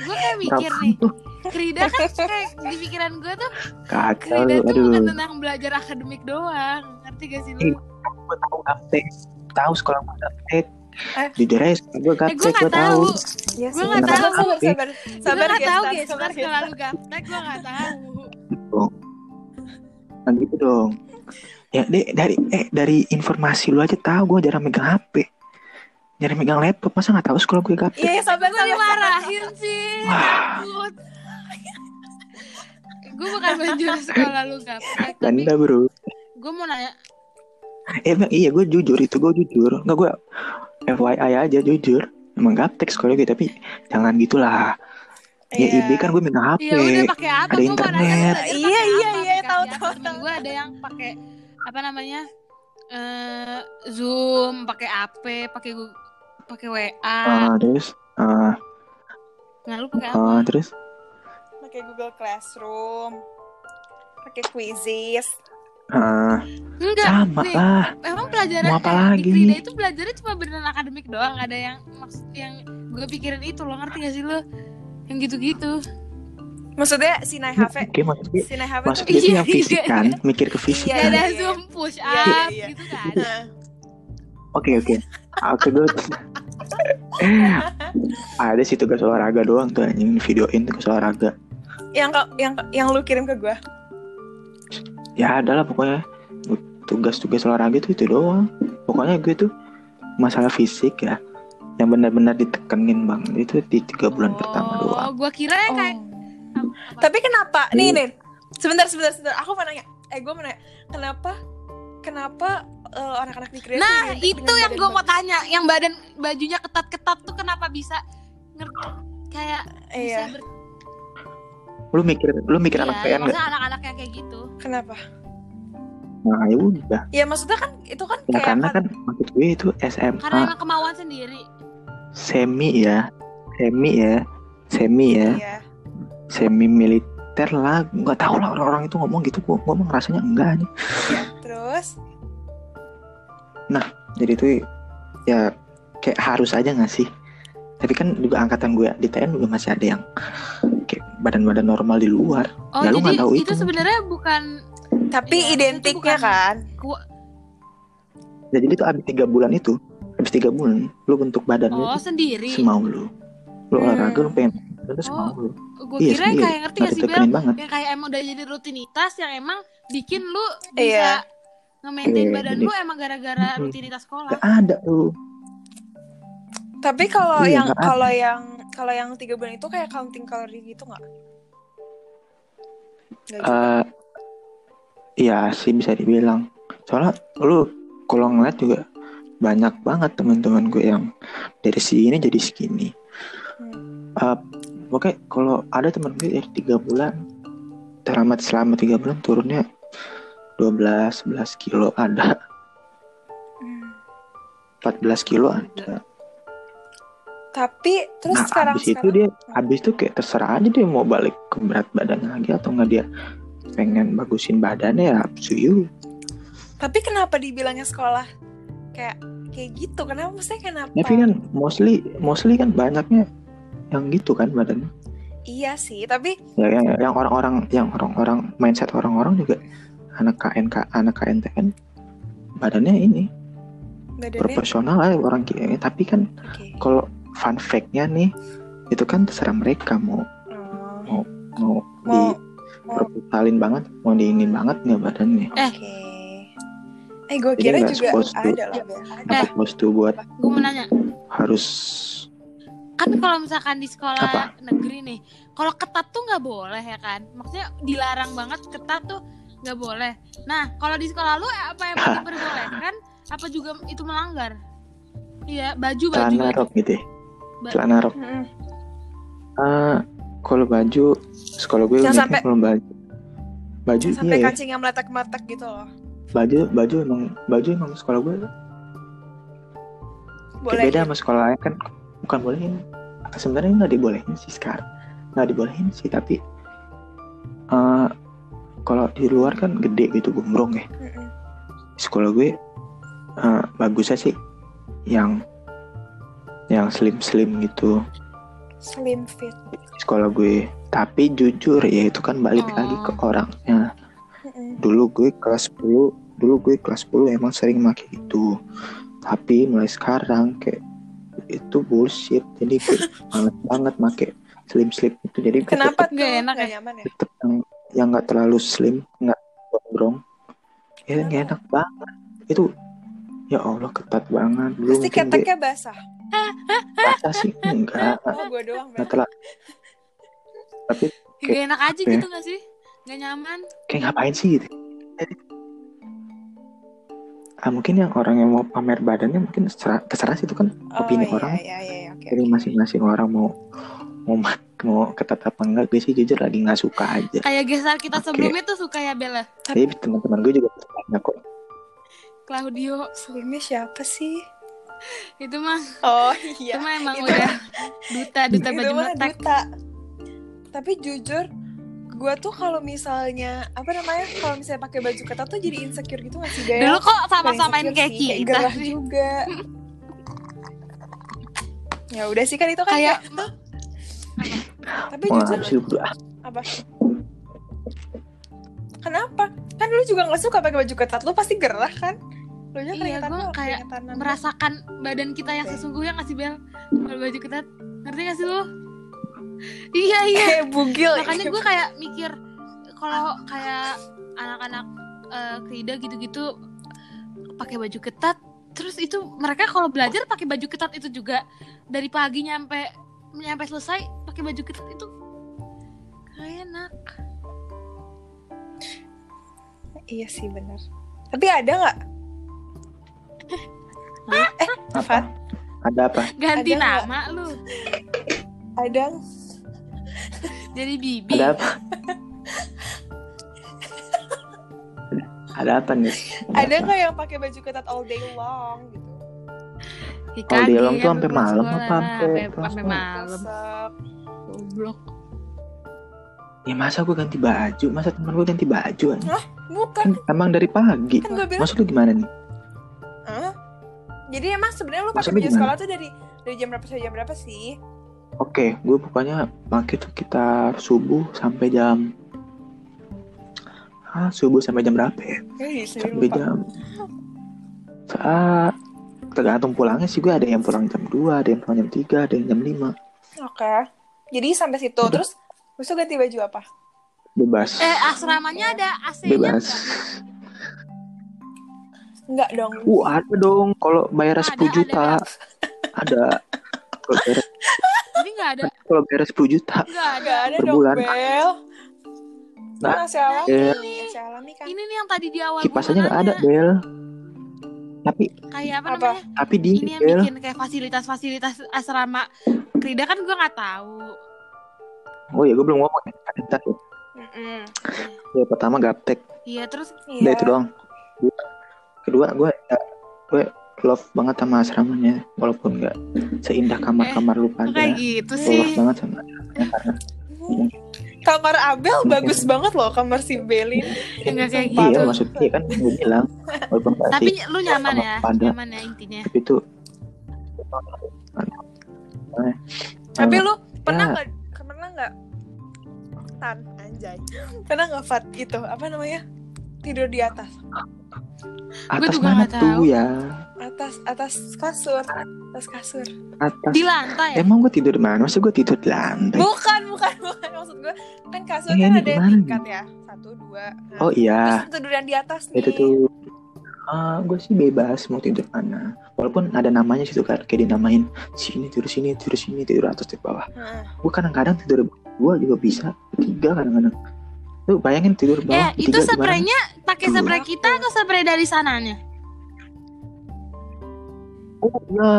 S1: gue kayak mikir nih. Krida kan
S2: Eh,
S1: kayak di pikiran gue tuh
S3: kacau
S1: Krida
S3: lu
S1: tuh
S3: aduh
S1: bukan tentang belajar akademik doang. Ngerti gak sih lu?
S3: gue tahu gaptek tahu sekolah gue gaptek
S2: Eh.
S3: jujur aja sekolah gue
S1: Eh gue
S3: gaptek gue
S1: gak
S3: tahu
S1: tahu.
S2: Iya
S1: Gua nggak
S2: Sabar,
S3: tahu.
S2: sabar, sabar.
S1: Gue
S2: Sabar,
S1: gak
S2: guys,
S1: tahu
S2: sabar,
S1: guys,
S2: sabar,
S1: pas
S2: guys.
S1: kalau lu gaptek gue gak tahu.
S3: Nah gitu dong ya deh dari eh dari informasi lu aja tahu gue jarang megang hp jarang megang laptop masa nggak tahu sekolah gue gaptek
S2: Iya, iya, sabar,
S1: Gue
S2: sabar.
S1: dimarahin sih.
S3: Wah.
S1: Takut. gue bukan menjurus sekolah lu gaptek, tapi
S3: Ganda bro
S1: gue mau nanya
S3: Eh, Bang, iya gue jujur itu gue jujur nggak gue FYI aja jujur emang gaptek sekolah gue tapi jangan gitulah ya IB kan gue megang hp
S1: Iya udah pakai apa?
S3: ada
S1: Gua mau nanya
S3: internet.
S1: tadi pakai apa,
S2: Iya, iya, iya,
S1: aplikasi
S2: tahu,
S1: apa.
S2: tahu,
S1: Temen
S2: tahu.
S1: gue ada yang pakai apa namanya eh Zoom, pakai AP, pakai Gu- pakai WA.
S3: Ah, terus ah,
S1: Nah lu pakai apa?
S3: ah, terus
S2: pakai Google Classroom, pakai quizzes.
S3: Ah,
S1: Enggak.
S3: sama
S1: nih,
S3: lah.
S1: Emang pelajaran
S3: Mau apa
S1: eh,
S3: lagi?
S1: di Krida itu pelajarannya cuma beneran akademik doang, nggak ada yang maksud yang gue pikirin itu lo ngerti gak sih lo? Yang gitu-gitu.
S2: Maksudnya Sinai HV,
S3: Oke, maksudnya
S2: Sinai HV tuh
S3: maksudnya itu
S1: Iya,
S3: yang fisik
S1: iya,
S3: kan, mikir ke fisik
S1: Ya,
S2: Iya,
S3: kan.
S1: ada
S2: iya.
S1: zoom push up
S2: Iya, iya, iya.
S1: gitu kan.
S3: Oke oke. Oke gue ada sih tugas olahraga doang tuh anjing videoin tugas olahraga.
S2: yang ka- yang yang lu kirim ke gua.
S3: Ya adalah pokoknya tugas-tugas olahraga tuh itu doang. Pokoknya gue tuh masalah fisik ya yang benar-benar ditekenin bang itu di tiga bulan pertama doang.
S1: Oh, gua kira ya kayak apa-
S2: Tapi kenapa? Nih,
S3: Hmm.
S2: nih. Sebentar, sebentar, sebentar. Aku mau nanya. Eh, gua mau nanya. Kenapa? Kenapa eh, anak-anak di kreatif
S1: Nah,
S2: identik
S1: itu
S2: dengan
S1: yang
S2: badan
S1: gue mau
S2: bang-
S1: tanya, yang badan bajunya ketat-ketat tuh kenapa bisa ngerti kayak
S2: Iya.
S1: bisa ber-
S3: Lu mikir lu mikir
S1: Iya,
S3: anak PM nggak?
S1: maksudnya anak-anak yang kayak gitu.
S2: Kenapa?
S3: Nah ya udah.
S2: Ya maksudnya kan itu kan
S3: Ya
S2: kayak
S3: karena kan maksud gue itu SMA
S1: Karena emang kemauan sendiri.
S3: semi ya semi ya semi ya.
S2: Iya.
S3: semi militer lah nggak tahu lah orang-orang itu ngomong gitu gua gua emang rasanya enggak nih
S2: Terus
S1: Iya,
S3: jadi itu ya kayak harus aja nggak sih tapi kan juga angkatan gue di TN juga masih ada yang kayak badan-badan normal di luar
S1: Oh,
S3: Ya,
S1: jadi
S3: lu nggak tahu
S1: itu,
S3: itu.
S1: sebenarnya bukan
S2: tapi
S1: Iya, itu
S2: identiknya
S1: bukan-
S2: kan.
S3: jadi itu abis tiga bulan itu abis tiga bulan lu bentuk badan lu
S1: oh sendiri.
S3: Iya. semau lu lu
S2: Hmm.
S3: olahraga lu pengen itu semau lu
S1: Gue
S3: iya
S1: kira yang
S3: sendiri.
S1: kayak Oh, ngerti gak
S3: nggak
S1: sih Bel?
S3: ditekenin banget
S1: Yang kayak emang udah jadi rutinitas yang emang bikin lu
S2: Iya.
S1: bisa nge-maintain
S3: Iya,
S1: badan
S3: jadi-
S1: lu emang gara-gara
S3: Mm-mm.
S1: rutinitas sekolah.
S3: nggak ada lu
S2: Tapi kalau
S3: Iya,
S2: yang
S3: nggak ada.
S2: kalau yang kalau yang tiga bulan itu kayak counting kalori gitu nggak? Nggak gitu. juga.
S3: Eh, Iya sih bisa dibilang. Soalnya lu kalau ngeliat juga banyak banget teman-teman gue yang dari sini jadi segini.
S2: Hmm.
S3: Eh, Oke, kalau ada teman gue dari tiga bulan teramat selama tiga bulan turunnya 12 11 kilo ada,
S2: Hmm.
S3: 14 kilo ada.
S2: Tapi terus
S3: nah,
S2: sekarang
S3: habis itu
S2: sekarang
S3: dia habis itu kayak terserah aja dia mau balik ke berat badannya lagi atau enggak dia pengen bagusin badannya ya up to you.
S2: Tapi kenapa dibilangnya sekolah kayak kayak gitu? Kenapa maksudnya kenapa?
S3: Tapi kan mostly mostly kan banyaknya yang gitu kan badannya.
S2: Iya sih, tapi
S3: Ya, yang yang orang-orang yang orang-orang mindset orang-orang juga anak KNK anak KNTN badannya ini
S2: badannya
S3: proporsional lah orang kiri tapi kan
S2: oke.
S3: kalau fun fact-nya nih itu kan terserah mereka mau
S2: Hmm,
S3: mau,
S2: Mau-
S3: diperputalin banget mau diinin banget nggak badannya
S1: Eh.
S2: Oke. Eh, gue
S3: Jadi
S2: kira
S3: nggak
S2: juga
S3: supposed to.
S2: ada lah. Bel. Ada.
S3: apa harus tuh buat
S1: Gue mau nanya,
S3: harus
S1: kan kalau misalkan di sekolah
S3: Apa?
S1: negeri nih kalau ketat tuh nggak boleh ya kan maksudnya dilarang banget ketat tuh nggak boleh nah kalau di sekolah lu eh, apa yang
S3: Hah.
S1: diperbolehkan apa juga itu melanggar iya baju baju
S3: celana
S1: baju.
S3: rok gitu ya
S1: Ba-
S3: celana rok
S2: Mm-mm.
S3: Eh, kalau baju sekolah gue
S2: Jangan
S3: uniknya
S2: sampai-
S3: kalau baju baju
S2: Sampai
S3: iya ya,
S2: kancing yang meletak-meletak gitu loh.
S3: baju baju emang baju emang sekolah gue
S2: Boleh.
S3: beda sama sekolah lain kan bukan bolehin sebenarnya nggak dibolehin sih sekarang nggak dibolehin sih tapi eh kalau di luar kan gede gitu gombrong ya
S2: Mm-mm.
S3: sekolah gue eh, bagusnya sih yang yang slim slim gitu
S2: Slim fit.
S3: sekolah gue tapi jujur ya itu kan balik
S1: Oh.
S3: lagi ke orangnya
S2: Mm-mm.
S3: dulu gue kelas 10 dulu gue kelas 10 emang sering make itu tapi mulai sekarang kayak itu bullshit jadi gue males banget make slim slim itu jadi gue
S2: Kenapa
S3: tetep-
S2: tuh?
S1: Nggak enak
S2: Nggak
S1: ya?
S2: nyaman ya?
S3: tetep yang yang nggak terlalu slim nggak gondrong ya nggak
S2: Hmm.
S3: enak banget itu ya allah ketat banget belum
S2: Pasti keteknya basah.
S3: basah sih enggak
S2: Oh, gue doang.
S3: nggak
S2: Bel.
S3: terlalu
S1: Nggak enak aja
S3: Oke.
S1: gitu gak sih nggak nyaman
S3: kayak ngapain sih gitu ah, mungkin yang orang yang mau pamer badannya mungkin terserah, terserah sih itu kan
S2: Oh,
S3: opini
S2: iya,
S3: orang.
S2: Iya, iya, iya. Oke.
S3: jadi masing-masing orang mau mau ma- mau ketat apa enggak gue sih jujur lagi nggak suka aja
S1: kayak geser kita
S3: Oke.
S1: sebelumnya tuh suka ya Bella
S3: tapi teman-teman gue juga banyak kok
S1: Claudio
S2: Slimnya siapa sih?
S1: itu mah
S2: Oh,
S1: Ya, itu
S2: iya.
S1: mah emang
S2: Itu-
S1: udah duta duta
S2: Itu
S1: baju
S2: mah
S1: meletak
S2: duta. Tapi jujur, gue tuh kalau misalnya apa namanya kalau misalnya pakai baju ketat tuh jadi insecure gitu nggak sih Del?
S1: Dulu kok
S2: Bukan
S1: sama-samain
S2: insecure
S1: kayak
S2: sih, kayak
S1: kita.
S2: gerah juga ya udah sih kan itu kan
S1: Kayak
S2: ya. tapi
S3: Wah,
S2: jujur
S3: habis itu berdua.
S2: apa kenapa kan lu juga nggak suka pakai baju ketat lu pasti gerah kan lu juga
S1: Iya,
S2: keringetan
S1: gua
S2: doang,
S1: kayak
S2: keringetan.
S1: merasakan badan kita yang sesungguhnya nggak sih Bel kalau baju ketat ngerti gak sih lu iya iya
S2: kayak Eh, bugil
S1: makanya gue kayak mikir kalau kayak anak-anak eh, kerida gitu-gitu pakai baju ketat terus itu mereka kalau belajar pakai baju ketat itu juga dari pagi nyampe nyampe selesai pakai baju ketat itu kayak enak
S2: iya sih benar tapi ada nggak eh
S3: Apa?
S2: Fat
S3: Ada apa?
S1: ganti
S2: Ada nggak?
S1: nama lu
S2: ada
S1: jadi bibi
S3: Ada apa? ada apa nih?
S2: ada
S3: apa?
S2: nggak yang pakai baju ketat all day long gitu
S1: Ih,
S3: Kalau di
S1: kaki
S3: dalam tuh
S1: ya,
S3: sampai
S1: belum
S3: malam
S1: sekolah.
S3: apa sampai
S1: Sampai- sampai
S3: malam?
S1: malam
S2: Sep.
S1: goblok
S3: Ya masa gue ganti baju? Masa teman gue ganti baju? anjing?
S2: bukan
S3: Kan emang dari pagi.
S2: kan gue bilang
S3: Maksud lu gimana nih?
S2: "Hah?" jadi emang sebenarnya lu pakai
S3: Maksudnya
S2: baju
S3: gimana?
S2: sekolah tuh dari dari jam berapa sampai jam berapa sih
S3: Oke, gue pokoknya pakai tuh sekitar subuh sampai jam ah subuh sampai jam berapa ya?
S2: Kayak bisa
S3: Sampai jam ah, tergantung pulangnya sih gue ada yang pulang jam 2, ada yang pulang jam 3, ada yang jam 5
S2: Oke. Jadi sampai situ terus besok ganti baju apa?
S3: bebas
S1: eh asramanya ada AC-nya
S3: bebas
S1: nggak?
S2: Enggak dong.
S3: uh ada dong kalau bayar
S1: Ada,
S3: 10 juta
S1: ada.
S3: ada Kalau bayar-
S1: jadi nggak ada
S3: kalau bayar 10 juta
S1: nggak ada
S2: Enggak ada
S3: Per
S2: dong,
S3: bulan.
S2: Bel.
S3: Nah,
S2: Nah, nasi alami,
S3: eh.
S2: nasi alami kan.
S1: ini nih yang tadi di awal
S3: kipas
S1: gua
S3: aja nggak ada
S1: nanya.
S3: Bel tapi
S1: kayak apa,
S2: Apa?
S1: namanya
S3: tapi di
S1: ini yang
S3: Bel
S1: bikin kayak fasilitas-fasilitas asrama Krida kan gue nggak tahu
S3: oh ya gue belum ngomong ya Ntar ya.
S2: Mm-mm.
S3: Ya, pertama gaptek
S1: iya terus
S2: Iya.
S3: Udah itu doang. Kedua, gue gue love banget sama asramanya, walaupun nggak seindah kamar-kamar lu
S1: kok
S3: pada.
S1: kayak gitu
S3: Gue
S1: sih
S3: love banget sama.
S2: Kamar Abel bagus banget loh kamar si Bel ini.
S1: Enggak kayak
S2: Sumpah.
S1: gitu.
S3: Iya, maksudnya kan gue bilang, walaupun nggak
S1: tapi
S3: sih,
S1: lu nyaman
S3: sama
S1: ya
S3: pada.
S1: nyaman ya intinya
S3: tapi itu.
S2: Tapi lu pernah
S3: Ya.
S2: nggak pernah nggak tan anjay. Pernah nggak Fat itu apa namanya? Tidur di atas.
S3: atas
S1: juga
S3: mana
S1: nggak tahu.
S3: tuh ya?
S2: Atas atas kasur. Atas kasur.
S3: Atas.
S1: di lantai ya?
S3: Emang gue tidur di mana? Masa gue tidur di lantai?
S2: Bukan, bukan, bukan maksud gue. Kan kasur
S3: Iya,
S2: kan
S3: ini
S2: ada
S3: gimana nih?
S2: tingkat ya. Satu, dua. Nah,
S3: Oh iya,
S2: Terus tidur yang di atas nih.
S3: itu tuh. Ah, gue sih bebas mau tidur mana. Walaupun ada namanya situ kan, kayak dinamain sini tidur sini tidur sini tidur atas tidur bawah.
S2: Heeh.
S3: gue kadang-kadang tidur dua juga bisa tiga kadang-kadang lu bayangin tidur
S1: eh
S3: bawah
S1: itu
S3: tiga gimana?
S1: spraynya pakai
S3: Dua.
S1: spray kita atau spray dari sananya
S3: oh ya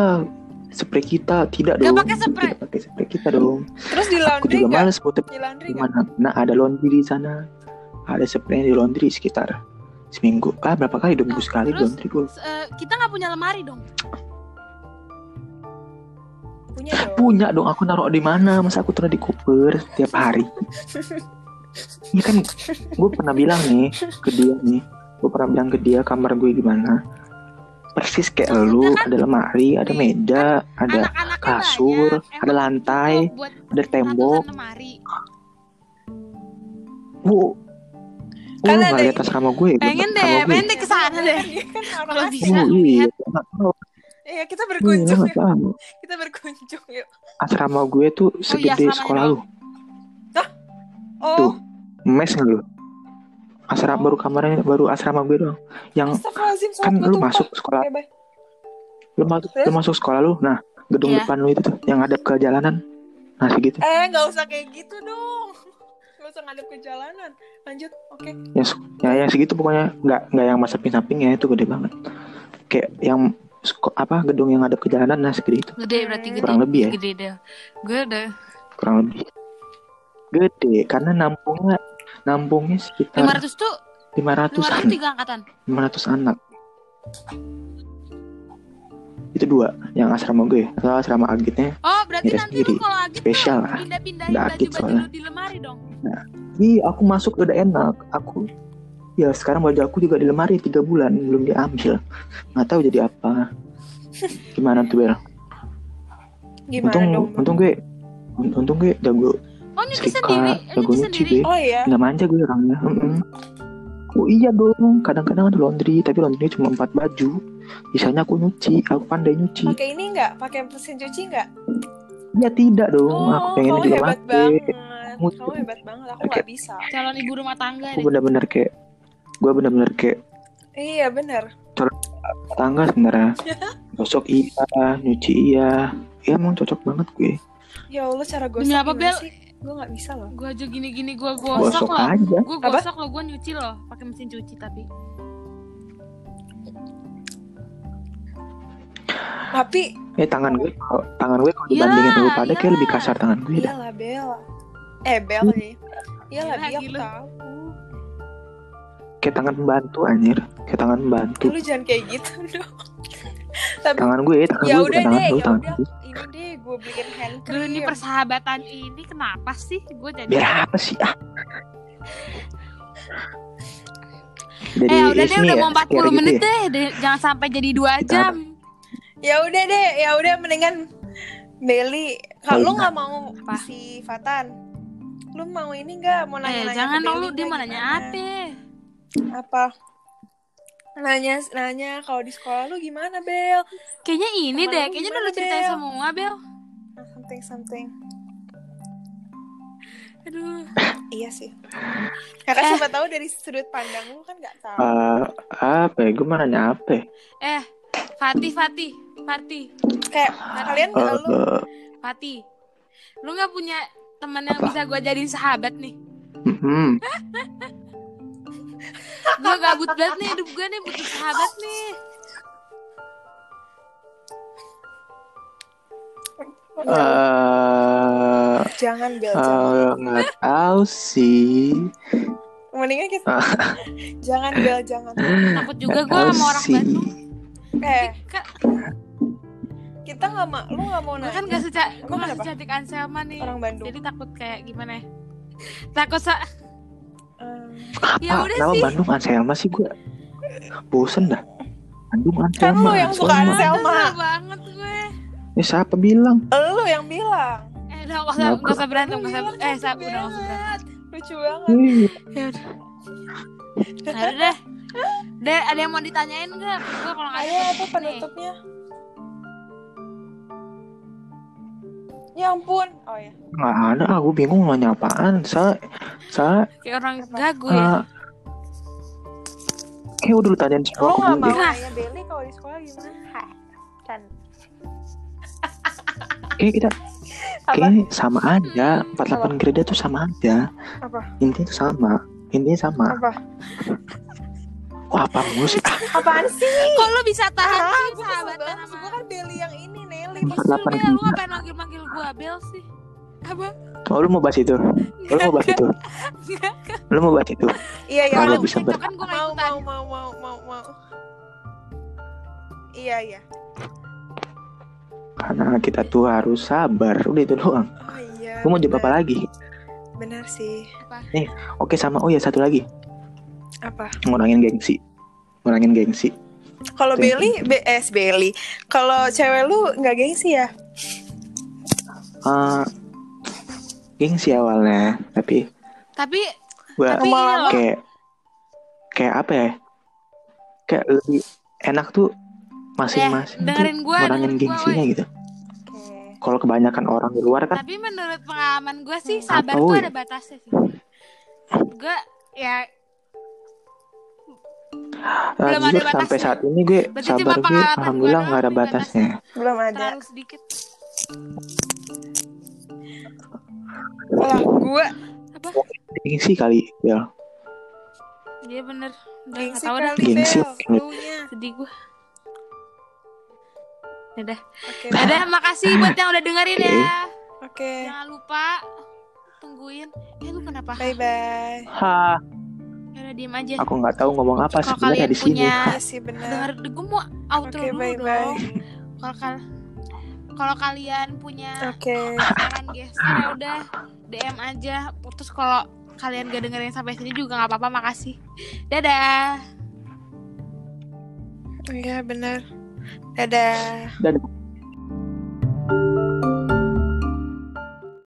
S3: spray kita tidak
S1: Nggak
S3: dong
S1: pakai spray.
S3: tidak pakai spray kita dong
S2: Terus di
S3: aku
S2: laundry
S3: juga
S2: nggak?
S3: males mau
S2: Di laundry
S3: di
S2: nggak?
S3: mana nah ada laundry di sana ada spray di laundry sekitar seminggu ah berapa kali dua minggu
S1: Ah,
S3: sekali
S1: terus?
S3: laundry gue
S1: S- eh, kita nggak punya lemari dong
S2: Punya
S1: Iya. Eh,
S2: dong.
S3: punya dong aku naruh di mana masa aku taruh di koper tiap hari ini kan gue pernah bilang nih ke dia nih gue pernah bilang ke dia kamar gue gimana persis kayak
S1: Maksudnya
S3: lu
S1: kan-
S3: ada lemari ada meja ada
S1: anak-anaknya
S3: kasur
S1: banyak. ya. Emang kan
S3: ada lantai
S1: cukup buat
S3: ada tembok
S1: ratusan lemari
S3: bu bu
S2: Kan
S3: lu
S2: ada
S3: nggak lihat
S2: ini.
S3: asrama gue gue
S1: pengen deh
S3: asrama gue.
S1: pengen deh kesana deh
S2: Kan orang
S1: Kalau
S2: asli.
S1: bisa.
S3: Oh, iya
S1: lihat.
S3: Nggak tahu.
S2: Iya, kita
S3: Iya, nggak
S2: berkunjung yuk.
S3: tahu.
S2: Kita berkunjung yuk.
S3: asrama gue tuh
S1: Oh iya,
S3: segede
S1: asramanya
S3: sekolah lu
S1: doang.
S3: Tuh.
S2: Oh,
S3: mes nggak lu asrama baru kamarnya baru asrama gue doang yang
S2: astagfirullahaladzim,
S3: kan
S2: sholat gue
S3: lu
S2: tumpah.
S3: masuk sekolah
S2: Eh, bye.
S3: lu, ma-
S2: Terus?
S3: lu masuk sekolah lu nah gedung
S1: Iya.
S3: depan lu itu tuh yang ada ke jalanan nah segitu
S2: Eh, nggak usah kayak gitu dong. Nggak usah ngadep ke jalanan. Lanjut, oke.
S3: yang, se- ya, yang segitu pokoknya nggak nggak yang masa samping ya itu gede banget kayak yang sko- apa gedung yang ada ke jalanan nah segede itu
S1: gede berarti gede
S3: kurang lebih ya
S1: gede deh gue udah
S3: kurang lebih gede karena nampungnya nampungnya sekitar
S1: 500 tuh
S3: 500
S1: 500
S3: an
S1: tiga angkatan
S3: 500 anak itu dua yang asrama gue kalau asrama agitnya
S1: oh berarti
S3: Ngira
S1: nanti
S3: Iya, sendiri.
S1: lu kalau agit
S3: Spesial lah.
S1: pindah-pindahin
S3: Nggak agit
S1: baju-baju
S3: soalnya.
S1: lu di lemari dong.
S3: Ih, aku masuk udah enak. Aku ya sekarang baju aku juga di lemari tiga bulan belum diambil. Nggak tahu jadi apa. Gimana tuh Bel?
S2: Gimana
S3: Untung
S2: dong?
S3: untung gue un- untung gue jago
S1: Oh nyuci
S3: Setrika,
S1: sendiri, Eh,
S3: jago
S1: nyuci
S3: nyuci
S1: sendiri.
S3: gue.
S2: Oh iya.
S3: nggak manja gue orangnya. Mm-mm. Oh iya dong, kadang-kadang ada laundry, tapi laundry cuma empat baju. Sisanya aku nyuci, aku pandai nyuci.
S2: Pakai ini nggak? Pakai mesin cuci nggak?
S3: Ya tidak dong,
S2: Oh,
S3: aku pengennya
S2: kamu
S3: juga
S2: hebat
S3: pakai.
S2: banget. Kamu hebat banget. Aku nggak bisa.
S1: Calon ibu rumah tangga
S3: Aku
S1: nih.
S3: bener-bener kayak, gue bener-bener kayak
S2: Iya bener.
S3: tangga sebenarnya. Gosok iya, nyuci iya. Ya emang cocok banget gue.
S2: Ya Allah cara gosok
S1: Demi apa,
S2: gimana
S1: Bel?
S2: sih? Gue nggak bisa loh.
S1: Gue aja gini-gini gue gosok,
S3: Gosok
S1: loh.
S3: aja.
S1: Gue
S2: Apa?
S1: gosok loh, gue nyuci loh pakai mesin cuci tapi.
S2: Tapi
S3: Eh tangan gue, kalau- tangan gue kalau
S1: Iya,
S3: dibandingin lu pada kayak
S1: iya.
S3: lebih kasar tangan gue. dah.
S2: iyalah Bel. Eh Bel Iya nih.
S1: Gila,
S2: Iyalah dia aku
S1: gila.
S2: tahu.
S3: Kayak tangan pembantu anjir, kayak tangan pembantu.
S2: Lu jangan kayak gitu dong. Tapi
S3: Tangan gue, tangan
S2: ya
S3: gue
S2: udah
S3: bukan tangan
S2: deh,
S3: lu,
S2: ya
S3: tangan
S2: udah.
S3: gue.
S2: Ini deh gue beliin hand
S1: Duh
S2: cream.
S1: ini persahabatan ini kenapa sih gue jadi
S3: Biar apa sih?
S1: Eh,
S3: Ah. Jadi
S1: Eh udah
S3: ya
S1: deh
S3: sini
S1: udah
S3: ya,
S1: mau
S3: sekian
S1: 40
S3: gitu
S1: menit
S3: ya.
S1: deh Deh, Jangan sampai jadi 2
S3: Bentar.
S1: jam
S2: Ya udah deh, ya udah mendingan Beli. Kalau lu nggak mau
S1: Apa?
S2: si Fatan, lu mau ini nggak mau
S1: Eh
S2: nanya-nanya? ke
S1: jangan dong
S2: Beli
S1: lu dia
S2: nggak
S1: mau nanya
S2: gimana?
S1: apa
S2: Apa? Nanya, nanya kalau di sekolah lu gimana Bel?
S1: Kayaknya ini
S2: Sama
S1: deh
S2: lu
S1: Kayaknya udah
S2: gimana,
S1: lu ceritain
S2: Bel?
S1: semua Bel
S2: Nah, Something something.
S1: Aduh
S2: Iya sih. Karena
S1: Eh.
S2: siapa tahu dari sudut pandang lu kan nggak tahu.
S3: Eh, apa ya? Gue mau nanya apa ya?
S1: Eh Fatih Fatih Fatih
S2: Kayak kalian nggak lu
S3: Eh,
S1: Fatih Lu gak punya teman yang
S3: Apa?
S1: bisa gue jadiin sahabat nih
S3: mhm.
S1: Gue gabut banget nih hidup gue nih butuh sahabat nih
S3: Eh,
S2: jangan Bel. jangan.
S3: eh, nggak tahu sih.
S2: Mendingan kita jangan Bel jangan.
S1: Takut juga
S3: Nggak
S1: gue
S3: tahu
S1: sama orang
S3: sih.
S1: Bandung
S2: Eh,
S1: Kak,
S2: kita nggak mau lu nggak mau
S1: gue
S2: nanya.
S1: kan gak seca gue
S2: Emang
S1: gak
S2: kenapa?
S1: secantik Anselma nih
S2: Orang Bandung.
S1: Jadi takut kayak gimana ya Takut sa
S2: Eh,
S1: Ya
S3: Apa?
S1: udah
S3: Ah, Nama
S1: sih.
S3: Bandung Anselma sih gue. Bosen dah. Bandung
S2: kan
S3: Anselma.
S2: lu yang suka
S3: Anselma.
S1: Kesel
S2: Anselma.
S1: banget gue.
S3: Eh, siapa bilang?
S2: Lu yang bilang.
S1: Eh, udah nggak usah nggak usah berantem,
S2: Lu
S1: nggak usah.
S2: bilang
S1: Eh,
S2: cantik
S1: sab, udah nggak usah berantem.
S2: banget. Lucu banget.
S3: Ih,
S1: Ya udah. Nah, udah deh. Deh, ada yang mau ditanyain nggak? Gue kalau nggak
S2: Ayo
S1: ada
S2: apa penutupnya? Ya ampun. Oh ya.
S3: Nggak ada, aku bingung mau nanya apaan. Sa, sa,
S1: kayak orang gagu ya.
S3: eh, kayak udah lu tanyain
S1: Oh,
S2: Lu
S3: semua
S2: nggak
S3: aku
S1: iya.
S3: bingung
S2: mau
S3: deh.
S2: nanya Beli kalau di sekolah gimana? Hah.
S1: Kan.
S2: Dan
S3: Kayak kita
S2: apa?
S3: Kayaknya sama aja, 48
S2: Apa?
S3: grade tuh sama aja.
S2: Apa?
S3: Intinya tuh sama. Intinya sama.
S2: Apa?
S3: Wah, apa mulu sih? Ah,
S2: Apaan sih?
S1: Kok lu bisa tahan sih
S2: Ah, gue kesel
S1: sahabatan
S2: banget.
S1: sama
S2: Gue kan Beli yang ini Nelly.
S3: Empat
S1: Kesel,
S3: delapan
S1: Bel, lu
S3: gila.
S1: ngapain manggil-manggil gue Bel sih? Apa?
S3: oh, lu mau bahas itu? Lu mau bahas itu? Ya,
S1: Enggak.
S3: Lu mau bahas itu?
S2: Iya iya.
S3: Nggak
S2: lu-
S3: Kalau bisa ber-
S1: kan gue nggak
S2: mau
S1: ikutan.
S2: mau mau mau mau mau. Iya iya.
S3: Karena kita tuh harus sabar. Udah itu doang.
S2: Oh iya.
S3: Lu mau jawab apa
S2: benar.
S3: lagi?
S2: Benar sih.
S3: Oke, sama. Oh ya, satu lagi.
S2: Apa?
S3: Ngurangin gengsi. Ngurangin gengsi.
S2: Kalau
S3: Gengsi.
S2: Beli, BS Beli. Kalau cewek lu nggak gengsi ya?
S3: Eh, gengsi awalnya. Tapi
S1: Tapi
S3: gua
S1: tapi ini loh.
S3: kayak kayak apa ya kayak lebih enak tuh
S1: Eh,
S3: masing-masing tuh
S1: dengerin gua,
S3: ngurangin
S1: dengerin gua,
S3: gengsinya gitu
S2: Oke.
S3: kalau kebanyakan orang di luar kan
S1: Tapi menurut pengalaman gue sih sabar
S3: Atau
S1: tuh
S3: ya.
S1: ada batasnya sih. Gue ya
S3: eh,
S1: belum ada
S3: jujur
S1: batasnya.
S3: sampai saat ini gue
S1: Berarti
S3: sabar
S1: cuma
S3: gue
S1: pengalaman gua
S3: alhamdulillah nggak ada
S1: doang nih
S3: batasnya
S2: Belum ada.
S1: terlalu sedikit.
S2: Lah, gua
S3: Oh. gengsi kali ya
S1: Dia Iya, bener. Udah gak
S2: gengsi
S1: tau dah.
S2: kali
S3: Gengsi.
S2: Bel. Lunya.
S1: Sedih gue. Udah.
S2: Oke.
S1: Udah, makasih buat yang udah dengerin ya.
S2: Oke.
S1: Jangan lupa tungguin. Eh lu kenapa?
S2: Bye bye.
S3: ha
S1: Udah diem aja.
S3: aku nggak tahu ngomong apa
S1: Kalau
S3: sebenarnya
S1: kalian
S3: di sini
S2: Ah,
S1: punya
S2: Iya sih benar.
S1: denger gue mau outro
S2: Oke,
S1: dulu
S2: bye
S1: dong.
S2: bye.
S1: Kalau kal- kalau kalau kalian punya
S2: Oke.
S1: saran gestar ya udah DM aja. Putus kalau kalian gak dengerin sampai sini juga nggak apa-apa. Makasih. Dadah.
S2: Iya benar. Dadah.
S3: Dadah.